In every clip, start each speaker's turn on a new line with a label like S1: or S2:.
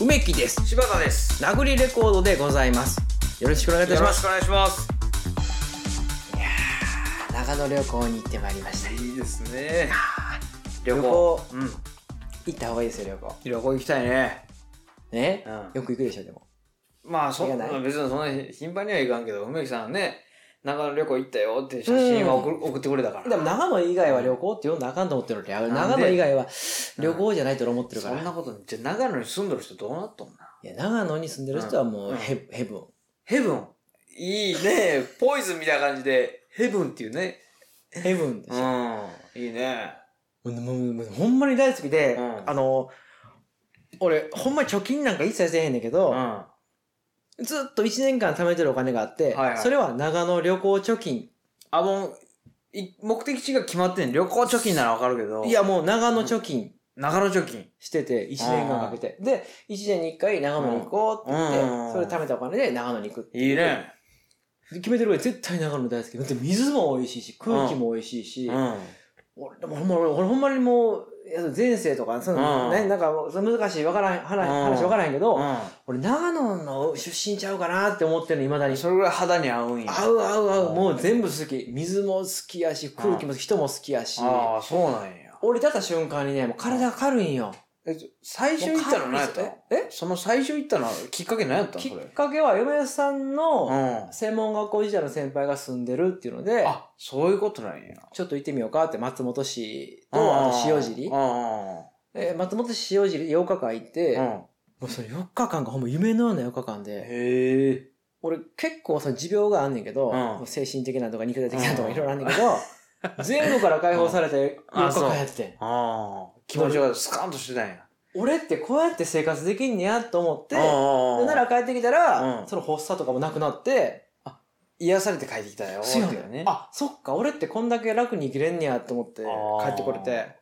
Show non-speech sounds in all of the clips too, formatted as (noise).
S1: 梅木です
S2: 柴田です
S1: 殴りレコードでございますよろしくお願いいたし
S2: よろ
S1: ま
S2: し
S1: す
S2: くお願いします
S1: 長野旅行に行ってまいりました
S2: いいですね
S1: 旅行
S2: 旅行うん
S1: 行った方がいいですよ旅行
S2: 旅行行きたいね
S1: ね、
S2: う
S1: よく行くでしょでも
S2: まあそ
S1: 行かない
S2: 別にそんなに頻繁には行かんけど梅木さんね長野旅行行ったよっていう写真を送,、送ってくれたから
S1: でも長野以外は旅行って読んだらあかんと思ってるので
S2: なんで
S1: 長野以外は旅行じゃないと俺思ってるか
S2: そ
S1: ら、
S2: んなことじゃあ長野に住んどる人どうなっとんな
S1: や長野に住んでる人はもうヘ,、ヘブン
S2: ヘブンいいねポイズンみたいな感じでヘブンっていうね
S1: ヘブンですよ、
S2: んいいね
S1: もうもうほんまに大好きで、
S2: うん
S1: あの俺ほんまに貯金なんか一切せえへんねんけど、
S2: うん
S1: ずっと1年間貯めてるお金があって、
S2: はいはい
S1: それは長野旅行貯金
S2: あもうい目的地が決まってん旅行貯金ならわかるけど
S1: いやもう長野貯金
S2: 長野貯金
S1: してて1年間かけて、で1年に1回長野に行こうって言って、
S2: うん
S1: それ貯めたお金で長野に行くって
S2: いいね
S1: で決めてるから絶対長野大好きだって水も美味しいし空気も美味しいし、
S2: うん
S1: 俺でもほんま俺俺ほんまにもういや前世とかその、
S2: うん
S1: ね、なんかその難しいわからん話,、
S2: うん
S1: 話わからへんけど、
S2: う
S1: 俺長野の出身ちゃうかなって思ってるのいまだに
S2: ん、それぐらい肌に合うんや
S1: 合う合う合うもう全部好き水も好きやし空気も人も好きやし
S2: ああそうなんや
S1: 降り立った瞬間にねもう体が軽いんよ
S2: え最初行ったの何やったの
S1: ええ
S2: その最初行ったのはきっかけ何やったの
S1: き
S2: それ
S1: っかけは嫁さん
S2: う
S1: の
S2: ん
S1: 専門学校時代の先輩が住んでるっていうので
S2: あそういうことなんや
S1: ちょっと行ってみようかって松本市と
S2: うん
S1: あと塩尻
S2: うんうん
S1: えー松本市塩尻で8日間行って、
S2: う
S1: も
S2: ん
S1: うその4日間がほんま夢のような4日間で
S2: へえ
S1: 俺結構その持病があんねんけど、
S2: うん
S1: もう精神的なとか肉体的なと
S2: う
S1: か
S2: ん
S1: いろいろあんねんけど、
S2: (laughs)
S1: 全部から解放されて
S2: うん
S1: 4
S2: あ
S1: 日
S2: そう
S1: 間やってん
S2: ああ気持ちがスカンとしてたんや
S1: 俺ってこうやって生活できんねやと思って、
S2: うんうんうん
S1: なら帰ってきたら、
S2: うん
S1: その発作とかもなくなって、
S2: 癒されて帰ってきたよ
S1: そうや
S2: って
S1: ね
S2: い
S1: んあそっか俺ってこんだけ楽に生きれんねやと思って
S2: あー
S1: 帰ってこれて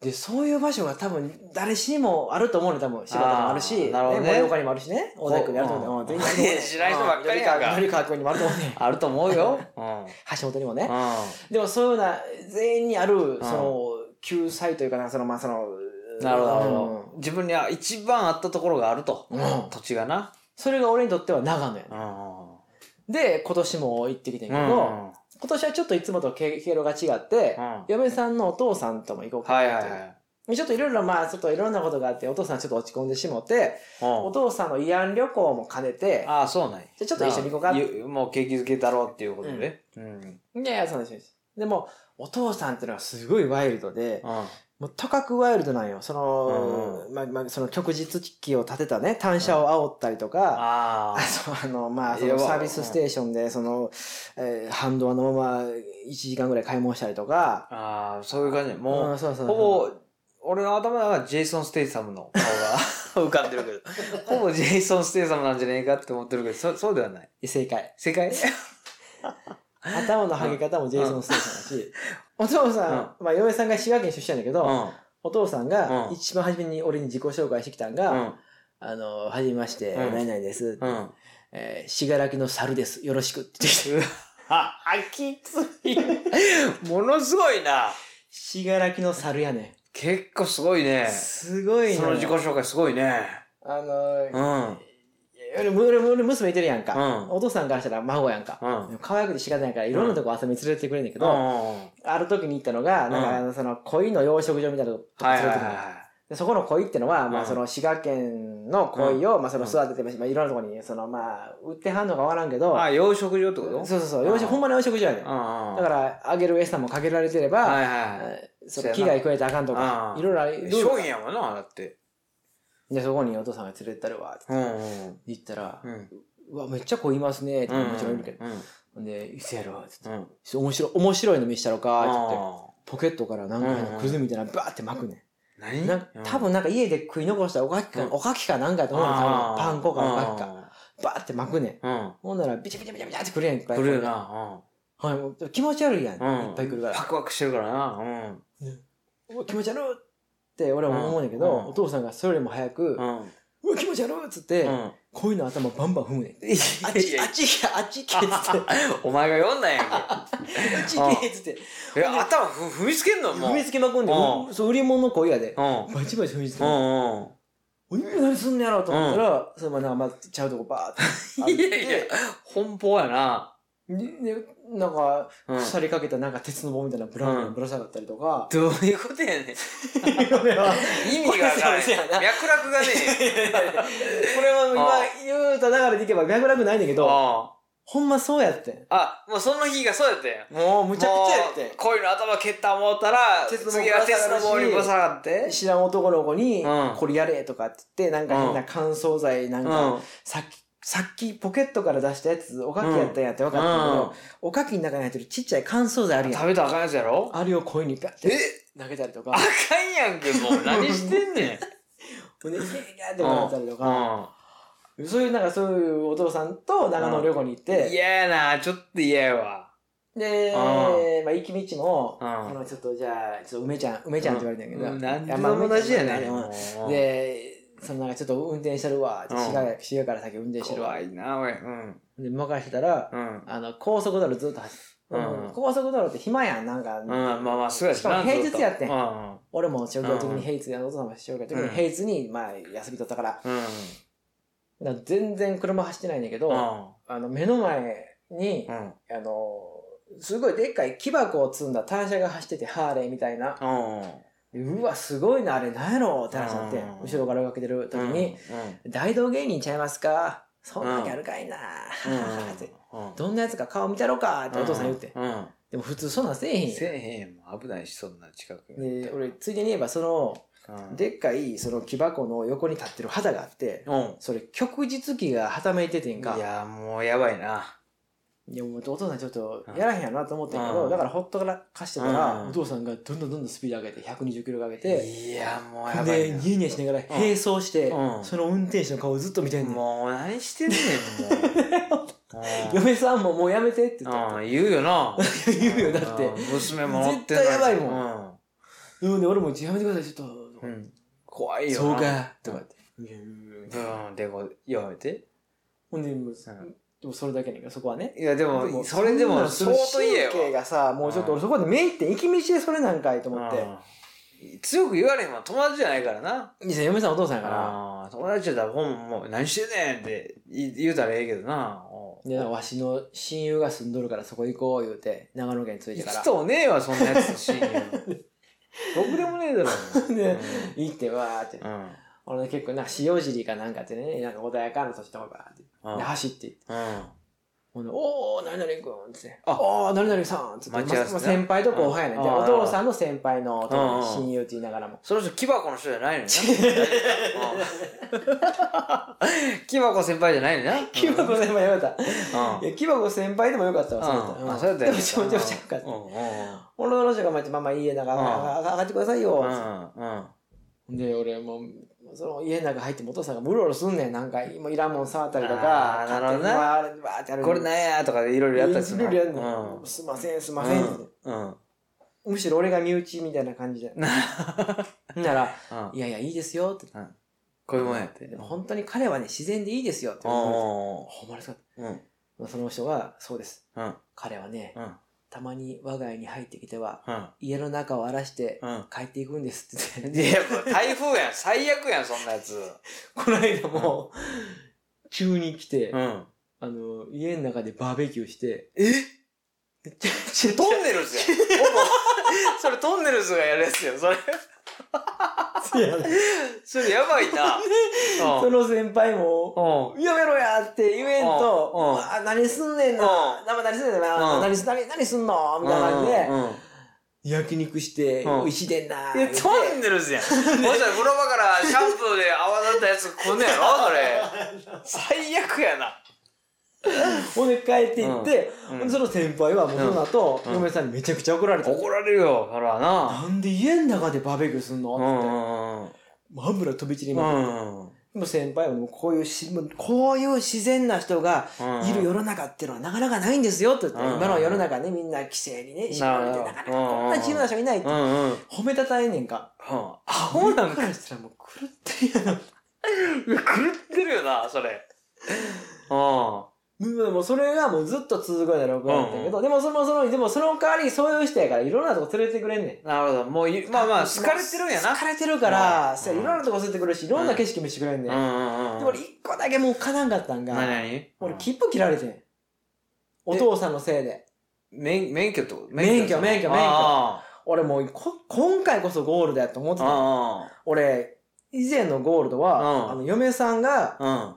S1: でそういう場所が多分誰しにもあると思うね多分柴田にもあるし
S2: あーなるほどね
S1: 盛岡にもあるしね大田区にもあると思うね
S2: こう
S1: うん全然
S2: いや (laughs) 知らん人ばっかりやんか
S1: うん緑川君にもあると思うね (laughs)
S2: あると思うようん
S1: 橋本にもね
S2: う
S1: でもそういうような全員にある
S2: ん
S1: その救済というかなそのまあその
S2: んなるほどなるほど自分には一番あったところがあると
S1: うん
S2: 土地がな
S1: それが俺にとっては長野やね
S2: うんうん
S1: で今年も行ってきてんけど、
S2: うん
S1: 今年はちょっといつもと経経路が違って、
S2: うん
S1: 嫁さんのお父さんとも行こうかな
S2: は
S1: っ
S2: い
S1: て
S2: はいはい
S1: ちょっといろいろまあちょっといろんなことがあってお父さんちょっと落ち込んでしもて
S2: うん
S1: お父さんの慰安旅行も兼ねて
S2: ああ、そうなんや。
S1: じゃあちょっと一緒に行こうか
S2: なゆもう景気づけだろうっていうことで。うん。
S1: いやいやそうですそうですでもお父さんっていうのはすごいワイルドで
S2: うん。
S1: もうとかくワイルドなんよその,、まあまあ、その旭日記を立てたね単車を煽ったりとか、
S2: あ
S1: あそうあのまあそ
S2: いや
S1: の
S2: わ
S1: サービスステーションでその、えー、ハンドアのまま1時間ぐらい買い物したりとか
S2: あ。ああ、そういう感じ。
S1: う
S2: も
S1: んそうそう
S2: う、
S1: そう
S2: ほぼ、俺の頭の中はジェイソン・ステイサムの顔が (laughs) 浮かんでるけど、
S1: (laughs)
S2: ほぼジェイソン・ステイサムなんじゃねえかって思ってるけど、そそうではない。
S1: 正解
S2: 世界
S1: 頭のハゲ方もジェイソン・ステイさんだし、お父さん、まあ、嫁さんが滋賀県出身なんだけ
S2: う
S1: ど、
S2: ん。うん。
S1: お父さんが
S2: うん
S1: 一番初めに俺に自己紹介してきたんが、あの、はじめまして、
S2: うん
S1: 何々です、
S2: うん。
S1: えー、しがらきの猿です、よろしくって言ってきて、
S2: あ、きつ
S1: (laughs)
S2: い。ものすごいな。
S1: しがらきの猿やね
S2: 結構すごいね
S1: ん。。すごい
S2: その自己紹介すごいね。
S1: あ
S2: う
S1: の、
S2: ん。うん。
S1: 俺、俺、俺、娘いてるやんか、
S2: うん
S1: お父さんからしたら孫やんか。
S2: うん
S1: でも可愛くて仕方ないから、いろんなとこ遊びに連れてってくれるんだけ
S2: う
S1: ど、
S2: んうん。
S1: ある時に行ったのが、なんかあの、その、鯉の養殖場みたいなとこ連
S2: はい
S1: れ
S2: は
S1: て
S2: い
S1: く
S2: は
S1: る
S2: い
S1: の
S2: はい。
S1: でそこの鯉ってのは、ま
S2: う
S1: あ、
S2: ん
S1: その滋賀県の鯉を、まあ、その育ててましまあ、いろんなところにその、まあ、売ってはんのかわからんけど、
S2: あ、養殖場ってこ
S1: そ
S2: と
S1: うそうそう養殖
S2: うん
S1: ほんまに養殖場やねんだ
S2: だ
S1: か、らあげる餌もかけられてれば、
S2: はいはいはい。
S1: その危害加えてあかんとか
S2: うん
S1: いろいろあれどう
S2: 商品やもんな、だって。
S1: でそこにお父さんが連れてったるわって
S2: うんうん。
S1: 言ったら
S2: う
S1: 「うわめっちゃ鯉いますね」って
S2: ん。
S1: もちろんいるけど
S2: うん。うん
S1: ほんで「いつやろ」って言って
S2: うん。
S1: 「ちょっと面白い面白いの見したろか」って言って
S2: あ
S1: ポケットからなんか変なクズみたいなのバーって巻くねん
S2: ー何
S1: なん多分なんか家で食い残したおかきか、
S2: うん
S1: おかきかなんかやと思うの多分パン粉かおかきか。バーって巻くねん
S2: うん。
S1: ほんならビチャビチャビチャビチャってくるやんいっぱい
S2: 来るよな。
S1: はいもう気持ち悪いやん、
S2: うん。
S1: いっぱい来るから
S2: ワクワクしてるからな。うん。
S1: うわ気持ち悪いって俺は思うんだけど、
S2: うん
S1: お父さんがそれよりも早く、う
S2: うん。
S1: わ気持ち悪いっつって、
S2: うん。
S1: こういうの頭バンバン踏むねん。あっ
S2: い
S1: ち、
S2: や
S1: あ
S2: い
S1: っち行け、あっち行けっつ
S2: (laughs)
S1: って、あっ
S2: やお前が読んだんや
S1: (laughs)
S2: んけ。
S1: ち行けっつって、
S2: いや頭ふ踏みつけんのもう。
S1: 踏みつけまくんで、
S2: うん
S1: うそう売り物の声やで、
S2: うん。
S1: バチバチ踏みつけ
S2: う
S1: る。
S2: んうん。
S1: おい何すんのやろうと思ったら、そのままなんかまあちゃうとこバーって歩
S2: いやいや、奔放やな。
S1: ででなんか
S2: うん。
S1: 腐りかけたなんか鉄の棒みたいなブラウン
S2: う
S1: に
S2: ん、
S1: ぶら下がったりとか
S2: どう (laughs) いうことやねん。
S1: これは
S2: 意
S1: (laughs)
S2: 味がわからん
S1: そうやな
S2: 脈絡がね
S1: (laughs) これは今言うた流れでいけば脈絡ないねんだけ
S2: え。
S1: ど
S2: あ
S1: ほんまそうやってん
S2: あ、もうその日がそうやったんや。
S1: もうむちゃくちゃやって
S2: もう恋の頭蹴った思ったら、
S1: 鉄の棒
S2: 次は鉄の棒にぶら下がって
S1: ん。知らん男の子に
S2: うん
S1: 「これやれ」とかって言ってなんか変な乾燥剤な
S2: うんん。う
S1: か
S2: ん。
S1: さっきさっきポケットから出したやつおかきやったんやって分かったんだけどおかきの中に入ってるちっちゃい乾燥剤あるやん
S2: 食べたらあかんやつやろ
S1: あれを声にガッ
S2: え
S1: て投げたりとか
S2: あかんやんけ、もう。何
S1: (laughs)
S2: してんねん。
S1: 胸ギャーギャーって笑ったりと
S2: う
S1: か
S2: ん。
S1: そういうなんかそういうお父さんと長野旅行に行って
S2: 嫌やな、ちょっと嫌やわ。
S1: で
S2: う
S1: まあ行き道も
S2: うん
S1: あのちょっとじゃあちょっと梅ちゃん梅ちゃんって言われてん
S2: うん
S1: だ
S2: 何
S1: けど
S2: でも同じやねん。
S1: うん
S2: もう
S1: でそのなんかちょっと運転してるわって
S2: うん
S1: 滋賀や滋賀から先運転してるわ
S2: 怖いな、おい。うん。
S1: で任せたら
S2: うん。
S1: あの高速道路ずっと走って、
S2: うん
S1: 高速道路って暇やんなんか、
S2: うん、まあまあ、そうやし
S1: しか
S2: な。
S1: も平日やってん
S2: ずとうん。
S1: 俺も中学時
S2: うん
S1: に平日やお父さんも中学時に
S2: うん
S1: 平日にまあ休み取ったから,、
S2: うん。
S1: 全然車走ってないんだけど、
S2: うん。
S1: あの目の前に
S2: う、ん。
S1: あのすごいでっかい木箱を積んだ単車が走っててハーレーみたいな、
S2: う
S1: うわすごいなあれなんやろって話になって、
S2: うん
S1: 後ろから追いかけてる時
S2: ん。
S1: に、「大道芸人ちゃいますかそんなギャルかいな」
S2: うん。うん。
S1: って
S2: う
S1: (laughs)
S2: ん
S1: 「どんなやつか顔見たろか」ってお父さん言って、
S2: うん。
S1: でも普通そんなんせえへんやん
S2: せえへんもん危ないし、そんな近くに。
S1: で俺ついでに言えばその
S2: うん、
S1: でっかいその木箱の横に立ってる旗があって
S2: うん。
S1: それ旭日旗がはためいててん
S2: い
S1: かいや
S2: や、もうやばいな。
S1: もうお父さんちょっとやらへんやろなと思ってんけど、
S2: うん
S1: だからほっとからかしてたら、
S2: うん
S1: お父さんがどんどんどんどんスピード上げて120キロ上げて、
S2: いや、もうやば
S1: で
S2: い
S1: ニ
S2: な。
S1: ヤニヤしながら並走して、
S2: うん
S1: その運転手の顔をずっと見てんねん、
S2: もう何してんねん、
S1: (laughs)
S2: もううん。
S1: 嫁さんももうやめてって言って、
S2: うん、言うよな。
S1: (laughs) 言うよだって、
S2: うん娘も乗ってんの
S1: 絶対
S2: に
S1: やばいもうんで俺も「やめてくださいちょっと」
S2: うん。うん怖いよ
S1: そう
S2: な。
S1: か」とかって、
S2: ブーンでこう、やめて。
S1: ほんでもう
S2: うん
S1: でもそれだけやねんけどそこはね
S2: いや、で
S1: で
S2: も、それでも、
S1: そんな
S2: 相
S1: の
S2: 当
S1: する
S2: 嫌
S1: 神経
S2: よ。
S1: がさもうちょっと
S2: う
S1: 俺そこで目いって行き道でそれなんかいと思って
S2: うん強く言われへんわ友達じゃないからな
S1: 「いや嫁さんお父さんやから
S2: あー友達だったらほんもう何してんねんって言言うたらええけどなおう
S1: でなんかわしの親友が住んどるからそこ行こう」言うて長野県に着い
S2: い
S1: てか
S2: つ
S1: ら
S2: ともねえわそんなやつ親友ろくでもねえだろ
S1: ね行ってわーって
S2: うんうん
S1: 俺ね結構なんか塩尻かなんかってねなんか穏やかな年とかばーって
S2: うん
S1: で走って行って
S2: うん
S1: ほんで「おお何々くん」っつって「
S2: あ
S1: おお何々さん」っつってま
S2: 待ち合わせ
S1: ま先輩と後輩やねんで
S2: うん
S1: お父さんの先輩のお
S2: うん
S1: 父さん親友って言いながらも
S2: その人木箱の人じゃないのよなうん木箱先輩じゃないのよな
S1: 木箱先輩やめた
S2: うん
S1: いや木箱先輩でもよかったわ
S2: うんうんあそう
S1: やっら
S2: やったた
S1: で
S2: よ
S1: もちょっとちゃうかった
S2: う
S1: 俺の話がまってママ家の中
S2: うん
S1: 上が上がってくださいよ
S2: んうんう、んうんうん
S1: で俺もうその家の中入ってもお父さんがムロロすんねんなんかもういらんもん触ったりとか
S2: あーなるほどな
S1: 勝手にわーわーってやる
S2: これなんやとかでいろいろやったりする
S1: い
S2: の
S1: ろいろやんね
S2: うん
S1: んすいませんすいま
S2: う
S1: せんって、
S2: んうん
S1: むしろ俺が身内みたいな感じでなら「
S2: うん
S1: いやいやいいですよ」って
S2: こういうもんやって
S1: でも本当に彼はね自然でいいですよって言われたんです
S2: お
S1: ほんまですか
S2: ーうん
S1: その人が「そうです
S2: うん
S1: 彼はね
S2: うん
S1: たまに我が家に入ってきては
S2: うん
S1: 家の中を荒らして
S2: うん
S1: 帰っていくんです」って言って
S2: いやもう台風やん最悪やんそんなやつ
S1: この間も、急に来て、
S2: ん
S1: あの、家の中でバーベキューして、
S2: え
S1: めちゃくちゃ
S2: トンネルズやん (laughs) それトンネルズがやるやつやそれ
S1: 熱いやろ
S2: それやばい (laughs) な
S1: その先輩も、
S2: うんうん
S1: やめろやって言えん
S2: う
S1: と
S2: ん、
S1: あ、何すんねんな
S2: う、
S1: 生何すんねんな、
S2: うん
S1: 何す、何何すんのみたいな感じで、
S2: うん
S1: 焼肉して、
S2: うん
S1: 美味しいでんな。
S2: いや
S1: 言って
S2: トンネルズやん (laughs) もしかしたら風呂場からシャンプーで泡立ったやつ来んねやろそれ (laughs) 最悪やな
S1: ほんで帰って行って、
S2: うん
S1: ほんでその先輩はもうその後、
S2: うん
S1: 嫁さんにめちゃくちゃ怒られた。
S2: 怒られるよそらな
S1: なんで家の中でバーベキューすんの
S2: う
S1: って言って
S2: んうんうん
S1: もう油飛び散り
S2: う
S1: まくって
S2: んうん
S1: もう先輩はもうこういうし、もうこういう自然な人がいる世の中っていうのはなかなかないんですよって言って、
S2: うん
S1: 今の世の中ね、みんな規制にね、縛られて、な
S2: な
S1: か
S2: るほど
S1: なかこんな自由な人いないって
S2: う、んうん
S1: 褒めたたえんねんか。
S2: うん、アホなん
S1: か
S2: か
S1: らしたらもう狂ってるやろ。
S2: (laughs) 狂ってるよなそれうん
S1: うんもうそれがもうずっと続くようになる僕なんだけど、でもそのそのでもその代わりそういう人やからいろんなとこ連れてくれんねん
S2: なるほど。もうゆ、まあまあ、好かれてるんやな。
S1: 好かれてるから、
S2: うん
S1: そういろんなとこ連れてくれるしいろんな景色見せてくれんねん、
S2: うんうんうん。
S1: で俺一個だけもうかなわんかったんが
S2: 何何
S1: 俺切符切られてんお父さんのせいで
S2: 免免許ってこと
S1: 免許免許免許
S2: あ
S1: 俺もうこ今回こそゴールだよと思って
S2: ー
S1: た
S2: あ
S1: 俺以前のゴールドは、
S2: うん
S1: あの嫁さんが
S2: ー。うん。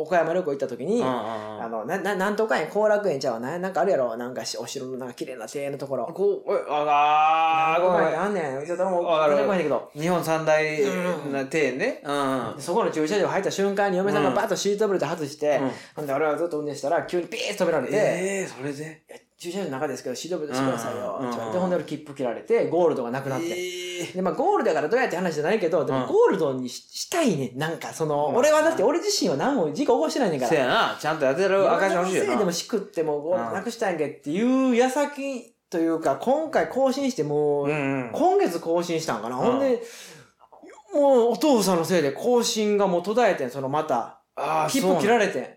S1: 岡山旅行行った時に、
S2: うんうん
S1: あのなななんとか園後楽園ちゃうわななんかあるやろなんかしお城のなんか綺麗な庭園のところ
S2: こう、えああ
S1: あ
S2: ー、ごめん
S1: あんねんちょっともう
S2: あある
S1: 出てこないんだけど
S2: 日本三大
S1: うん
S2: な庭園ね。うん。うん
S1: でそこの駐車場入った瞬間に嫁さんが
S2: うん
S1: バッとシートベルト外して、ほんで俺はずっと運転したら急にピーッと止められて、
S2: ええ、それで
S1: 駐車場の中ですけどシートベルトしてくださいよ、
S2: うん
S1: って言われてほんで俺切符切られてゴールドがなくなって、
S2: ええ
S1: でまあ、ゴールドやからどうやって話じゃないけど、で
S2: うん
S1: もゴールドにししたいねんなんかその、
S2: うん
S1: 俺はだって俺自身は何も事故起こしてないねんか
S2: せ
S1: ら
S2: やな、ちゃんとやってる
S1: 赤
S2: 赤
S1: 字
S2: 字
S1: の
S2: 欲しい
S1: せい
S2: よ
S1: でも
S2: な。
S1: しくってもゴール
S2: う
S1: ド
S2: ん
S1: なくしたんけっていう矢先というか今回更新しても
S2: う
S1: う、
S2: んうん。
S1: 今月更新したんかな、
S2: うん
S1: ほんでもうお父さんのせいで更新がもう途絶えてんそのまた
S2: ああ、
S1: 切
S2: そ
S1: 符
S2: うなん
S1: 切られてん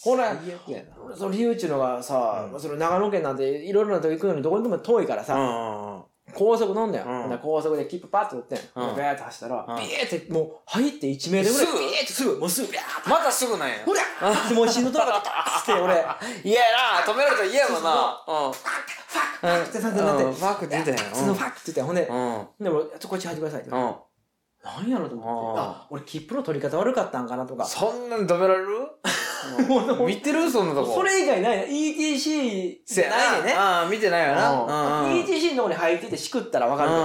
S1: ほら
S2: 最悪やな
S1: その理由っちゅうのがさ、
S2: うん
S1: その長野県なんていろいろなとこ行くのにどこにでも遠いからさ、
S2: うんうん
S1: 高速乗んだよ、
S2: うん
S1: ほんなら高速で切符パッと打ってん、
S2: うん
S1: ビャーって走ったら、
S2: うん
S1: ビーってもう入って1メートルぐらい
S2: すぐ
S1: ビーってすぐもうすぐビャーって
S2: うん。またすぐなんや。
S1: ほらってもう心臓ドラがドーって俺
S2: 嫌やな、止められたら嫌やもんな。うん。
S1: ファッってなってなって、
S2: うんファックって言うたやん
S1: そのファックって言ったよほんで、
S2: うん。
S1: でもちょこっち入ってくださいって
S2: う
S1: 言われて、
S2: ん。
S1: なんやろと思って
S2: あー
S1: あ俺切符の取り方悪かったんかなとか
S2: そんなん止めら
S1: (laughs)
S2: れる見てるそんなとこ。
S1: それ以外ないね ETC
S2: せや
S1: ないでね
S2: ああ、見てないよな。うんうん。
S1: ETC のとこに入っててしくったら分かるけ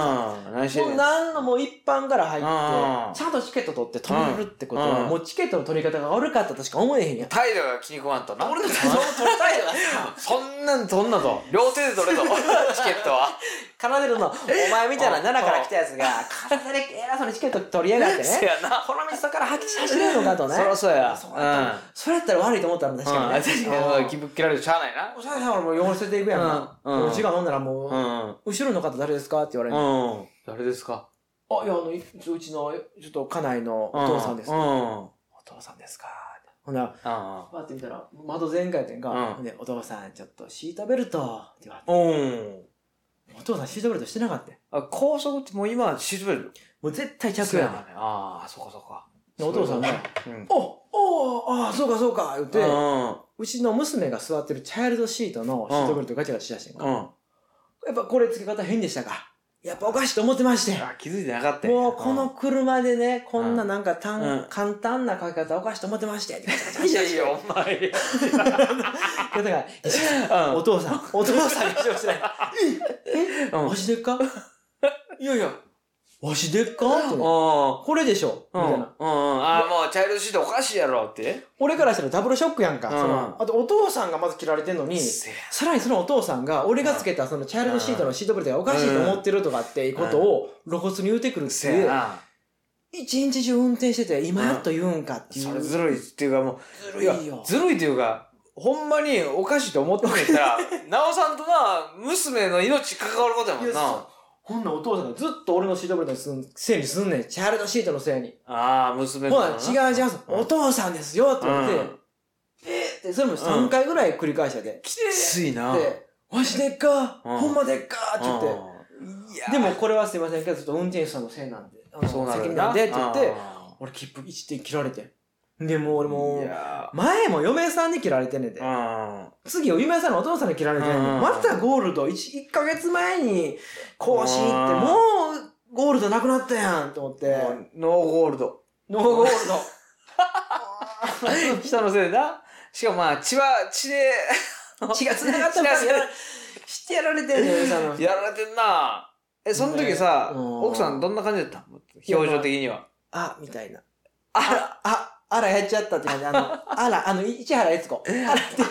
S1: ど
S2: うん。何してん
S1: も
S2: ね
S1: うん何のもう一般から入
S2: うんうん
S1: って、ちゃんとチケット取って止めるってこと
S2: うん
S1: は、もうチケットの取り方が悪かったとしか思えへんやん。
S2: 態度が気に食わんとな。
S1: 俺の体操を取りたいよな。
S2: そんなん取んな
S1: (laughs)
S2: と。両手で取れと。チケットは。
S1: (laughs) 奏でるの、お前みたいな奈良から来たやつが、奏で偉そうにチケット取りやがって (laughs)
S2: せ
S1: ね。
S2: やな。
S1: この道そこから吐き走れるのかとね
S2: そ。らそうや。。
S1: そううんだそれやったら悪いと思ったの確
S2: うん
S1: かにね。
S2: 確かに、気
S1: に。
S2: 分切られてしゃあないな。
S1: おしゃれさんはもう汚せていくやんか。
S2: うんうん
S1: 俺時間飲んだらもう、
S2: う
S1: 後ろの方誰ですかって言われる。あ、
S2: ん。うん。誰ですか
S1: いや、あの、うちの、ちょっと家内のお父さんです。
S2: う
S1: お
S2: ん。うん。
S1: 父さんですかほんなら、
S2: うん
S1: パーって見たら窓全開やってんか、
S2: うん
S1: ほんでお父さんちょっとシートベルトって言われ
S2: うん。
S1: てお父さんシートベルトしてなかったよ
S2: あ、高速ってもう今、シートベル
S1: もう絶対
S2: ト。
S1: 着や
S2: ね
S1: な。
S2: ああ、そっかそっか。
S1: でお父さんが
S2: う
S1: 「
S2: ん
S1: おおああそうかそうか」言って、
S2: う。
S1: うんちの娘が座ってるチャイルドシートのシートベルトガチャガチャしだしてんか、
S2: うん。
S1: やっぱこれ付け方変でしたかやっぱおかしいと思ってまして
S2: あ気づいてなかったんや
S1: もうこの、車でねこんななんか単、
S2: うん
S1: 簡単な書き方おかしいと思ってまして
S2: うんいやいや、お前。
S1: だから
S2: う
S1: お父さんお父さんにしようし
S2: (laughs)
S1: ない
S2: ん。
S1: わしでっか
S2: いやいや。
S1: わしでっかって
S2: うん。
S1: なこれでしょみ
S2: う
S1: た
S2: ん。う
S1: い
S2: ん。
S1: な
S2: ああ、もう、チャイルドシートおかしいやろって。
S1: 俺からしたらダブルショックやんか、
S2: うん
S1: そのあとお父さんがまず切られてんのに
S2: せや
S1: さらにそのお父さんが俺がつけたそのチャイルドシートのシートベルトがおかしいと思ってるとかっていうことを露骨に言うてくるって
S2: せ
S1: い
S2: や
S1: う
S2: な。
S1: 一日中運転してて今やっと言うんかっていう、
S2: それずるいっていうか、も
S1: ず
S2: う、
S1: るいよ
S2: やずるいってい
S1: (laughs)
S2: うか、ほんまにおかしいと思ってんやったら、なおさんとな、娘の命関わることやもん
S1: いや
S2: な。
S1: そほんならお父さんがずっと俺のシートベルトのすんせいにすんねんチャイルドシートのせいに
S2: ああ、娘
S1: ほ
S2: と
S1: ら
S2: な
S1: 違う違う、
S2: うん
S1: お父さんですよって言って、
S2: うん
S1: えーってそれも3回ぐらい繰り返してて、
S2: きついな。
S1: でわしでっか、
S2: うん
S1: ほんまでっかって言って、
S2: うんいや
S1: でもこれはすいませんけど、ちょっと運転手さんのせいなんで、あの
S2: そうな
S1: 責
S2: る
S1: 任
S2: な
S1: なんでって言って、
S2: あ
S1: 俺切符1点切られてん。で、もう俺
S2: ーい
S1: もう、
S2: や
S1: 前も嫁さんに切られてんねんで。
S2: ーうん
S1: 次、嫁さんのお父さんに切られてんね
S2: うん
S1: ん。またゴールド1、1ヶ月前に更新って、
S2: うん
S1: もうゴールドなくなったやんと思って。
S2: もうノーゴールド。
S1: ノーゴール (laughs)
S2: 人のせいでな。しかもまあ、血は血で
S1: ド。血が繋がったのかやら、してやら (laughs) れてんねん、嫁さんの。
S2: やられてんな。え、その時さ、
S1: ねうん
S2: 奥さんどんな感じだった表情的には。
S1: あ、みたいな。あ、
S2: あ
S1: あ、あらやっちゃったって感じ。あ (laughs) の、あら、あの、市原悦子。あらって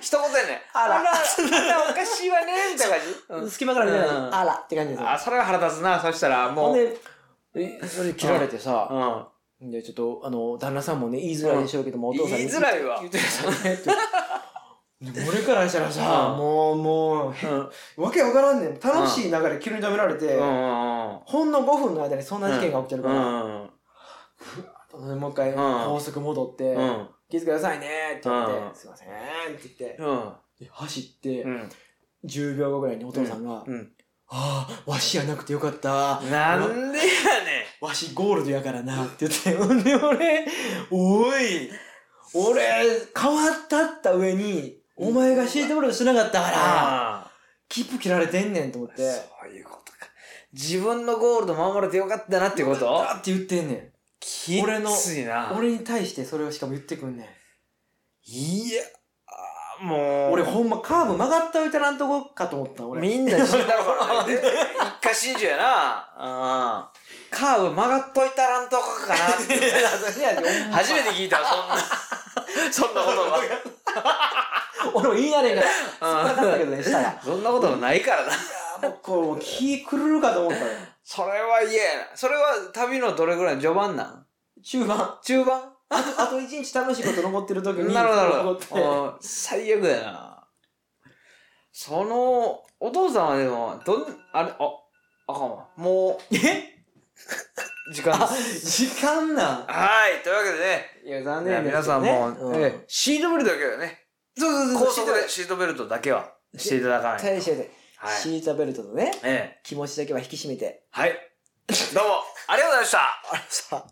S2: 一言やね。
S1: あら
S2: (laughs) あら、あらおかしいわね、みたいな
S1: (laughs)
S2: 感じ
S1: 隙間から見えない、
S2: うん
S1: あらって感じで
S2: う
S1: す
S2: ん。
S1: よ
S2: あ、それは腹立つな。そしたら
S1: ほ
S2: も
S1: ん
S2: う。
S1: でえそれ切られてさ、
S2: うん。
S1: でちょっとあの旦那さんもね言いづらいでしょうけども、お父さん
S2: 言
S1: に
S2: いづらいわ
S1: 言。ってください (laughs) ねって俺からしたらさ、
S2: うん
S1: もうも
S2: うん。うん
S1: うわけわからんねん楽しい中で急に止められて、
S2: うんうん。
S1: ほんの5分の間にそんな事件が起きてるから、
S2: うんうんうん。
S1: ともう一回、
S2: ん
S1: 高速戻って、
S2: うん。
S1: 気づいてくださいねって言って、
S2: うん
S1: すいませんって言って、
S2: うん。
S1: で走って、
S2: うん。
S1: 10秒後ぐらいにお父さんが、
S2: うん。
S1: ああ、わしやなくてよかった。
S2: なんでやねん。
S1: わしゴールドやからな。って言って、 (laughs) ほんで俺、おい、俺、変わったった上に、お前がシートボルトしなかったから、
S2: あ
S1: 切符切られてんねんと思っ
S2: あ。
S1: て、
S2: そういうことか。自分のゴールド守れてよかったなっていうこと
S1: あって言ってんねん。
S2: き
S1: 俺の
S2: っついな。
S1: 俺に対してそれをしかも言ってくんねん。
S2: いや、あーもう。
S1: 俺ほんまカーブ曲がった歌らんとこかと思った俺。 (laughs)
S2: みんな死んだろからね。 (laughs) 一家心中やな。うん。カーブ曲がっといたらんとこかなって (laughs) 初めて聞いたわ、 (laughs) そんな、そんなことが。
S1: (laughs) 俺も言いなれんから。分かったけどね、したら。い
S2: そんなことはないからな。
S1: やもうこう、気狂うかと思ったよ。
S2: それは嫌やな。それは旅のどれぐらいの序盤なん
S1: 中盤。
S2: 中盤
S1: あと、あと一日楽しいこと残ってる時に。
S2: なるほど、なる
S1: 残
S2: ほ
S1: って
S2: ど。うん最悪だな。その、お父さんはでも、どん、あれ、あ、あかんわ。も
S1: え
S2: う、時間です。
S1: 時間なん
S2: (laughs) はい、というわけでね、
S1: いや、残
S2: ね
S1: 念で
S2: 皆
S1: す
S2: さ
S1: よ
S2: ん
S1: ね
S2: も、
S1: うん
S2: ええシートベルトだけだよね。
S1: そうそうそう。
S2: 高速でシートベルトだけはしていただかないと。
S1: 対してで。
S2: はい。
S1: シートベルトのね、
S2: ええ
S1: 気持ちだけは引き締めて。
S2: はい。どうも、ありがとうございまし
S1: あ
S2: た。
S1: れさ。